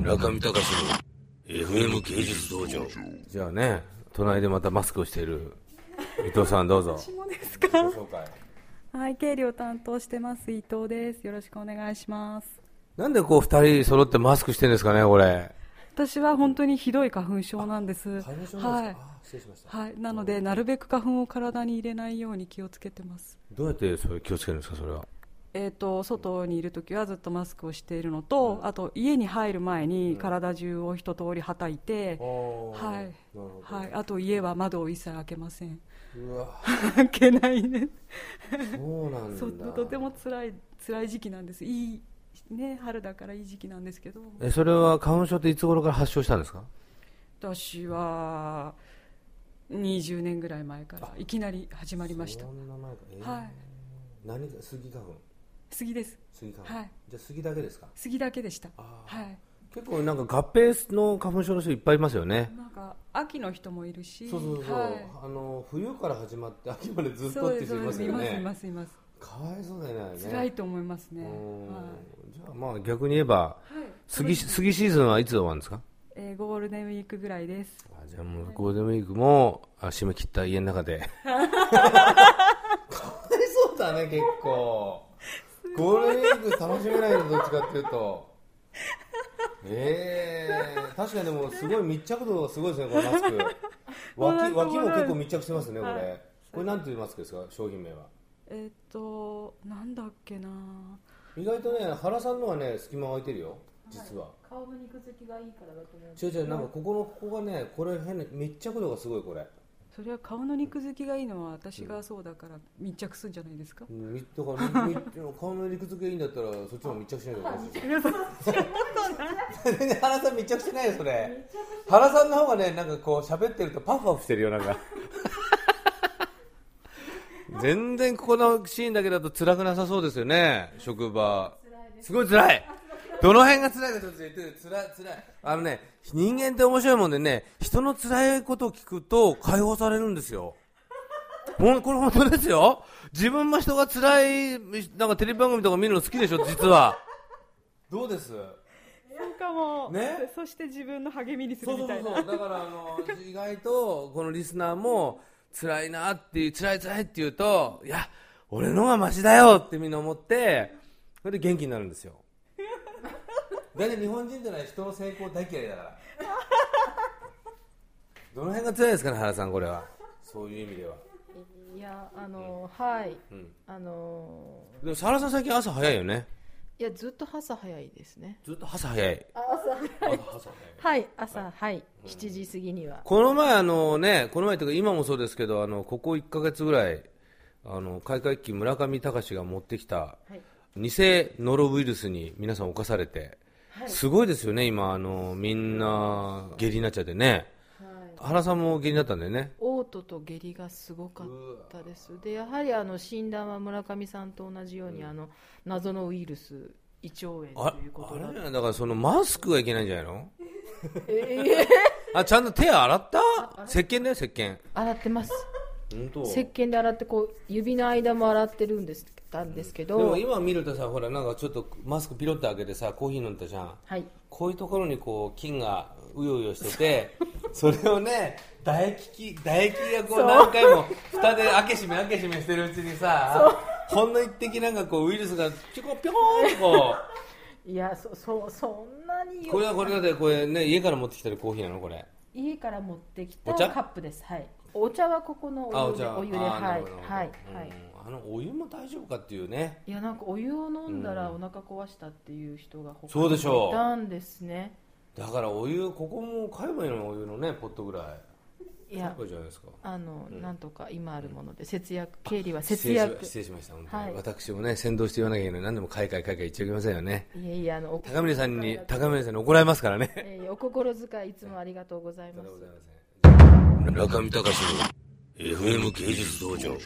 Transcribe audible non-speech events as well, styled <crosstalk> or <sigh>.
中見隆の FM 芸術道場じゃあね、隣でまたマスクをしている伊藤さんどうぞ。もですか。紹介はい、経理を担当してます伊藤です。よろしくお願いします。なんでこう二人揃ってマスクしてるんですかね、これ。私は本当にひどい花粉症なんです。はい。失礼しました。はい、なのでなるべく花粉を体に入れないように気をつけてます。どうやってそれ気をつけるんですか、それは。えー、と外にいるときはずっとマスクをしているのと、あと家に入る前に体中を一通りはたいて、はいはい、あと家は窓を一切開けませんうわ、開けないねそうなんそうとても辛い辛い時期なんですいい、ね、春だからいい時期なんですけどえ、それは花粉症っていつ頃から発症したんですか私は20年ぐらい前からいきなり始まりましたそんな前からえーはい何が杉花粉杉です杉花はいじゃあ杉だけですか杉だけでしたあーはい結構なんか合併の花粉症の人いっぱいいますよねなんか秋の人もいるしそうそうそう、はいあの冬から始まって秋までずっそとうってでいす人いまそうですすいよますいねますいますかわいそうだよね辛いと思いますね、うはんいじゃあまあ逆に言えばはい杉杉シーズンはいつ終わるんですかえーゴールデンウィークぐらいですあじゃあもうゴールデンウィークもあ締め切った家の中でかわいそうだね結構ゴールデンウィーク楽しめないのどっちかっていうとええ確かにでもすごい密着度がすごいですねこのマスクな脇んとも脇も結構密着してますねこれ、はいこれなんていうマスクですか商品名はえーっとなんだっけな意外とね原さんのはね隙間空いてるよ実は、顔の肉付きがいいからだと思う違う違うなんかここのここがねこれ変な密着度がすごいこれそれは顔の肉付きがいいのは私がそうだから密着するんじゃないですか、うんみ <laughs> だからみみ顔の理屈がいいんだったらそっちも密着しないとおかしい <laughs> 全然原さん <laughs> 密着してないよそれ原さんの方がねなんかこう喋ってるとパフパフしてるよなん <laughs> か全然ここのシーンだけだと辛くなさそうですよね職場すごい辛いどの辺が辛いかちょっと言ってる辛い辛いあのね人間って面白いもんでね人の辛いことを聞くと解放されるんですよほんこれ本当ですよ。自分も人が辛い、なんかテレビ番組とか見るの好きでしょ、実は。どうですそうかもねそして自分の励みにすそうそうそう。だから、あの、意外と、このリスナーも、辛いなっていう、辛い辛いって言うと、いや、俺のがマシだよってみんな思って、それで元気になるんですよ。だいたい日本人ってのは人の成功大嫌いだから。どの辺が辛いですかね、原さん、これは。そういう意味では。いやあの、はい、うんあのでも、原さん最近朝早いよね。いやずっと朝早いですねずっと朝早い。朝早い。はい朝はい7時過ぎにはこの前あのね、この前というか今もそうですけど、あの、ここ1ヶ月ぐらい、あの、開会期村上隆が持ってきた、はい偽ノロウイルスに皆さん侵されて、すごいですよね、今、あの、みんな、下痢になっちゃってね。はい原さんも下痢になったんだよね。嘔吐と下痢がすごかったですでやはりあの診断は村上さんと同じように、あの謎のウイルス胃腸炎あということだあれだからそのマスクがいけないんじゃないのええあ、ちゃんと手洗った石鹸だよ、石鹸。洗ってます本当石鹸で洗ってこう指の間も洗ってるんですたんですけど、でも今見るとさ、ほら、なんかちょっとマスクピロって開けてさ、コーヒー飲んだじゃん。はいこういうところにこう菌がうようよしてて、それをね、唾液き唾液がこう何回も蓋で開け閉め開け閉めしてるうちにさ、ほんの一滴なんかこうウイルスがピョコピョコーンとこいやそそそんなにう、よこれはこれだってこれね家から持ってきてるコーヒーなのこれ。家から持ってきおたカ茶ップですはいお茶はここのあおお湯で茶。お湯であはいーなはるいほどはい、うんあのお湯も大丈夫かっていうね。いやなんかお湯を飲んだらお腹壊したっていう人が他そうでしょういたんですねだからお湯ここも買えばいいのにお湯のねポットぐらい。いやこれじゃないですか。あの、なんとか今あるもので節約経理は失節礼し約失礼しました本当に、はい私もね先導して言わなきゃいけない何でも買い買い買い買い言っちゃいけませんよね。いやいやあのお,、高峰さんに高峰さんに怒られますからね。えーお心遣いいつもありがとうございます中見隆の FM 芸術道場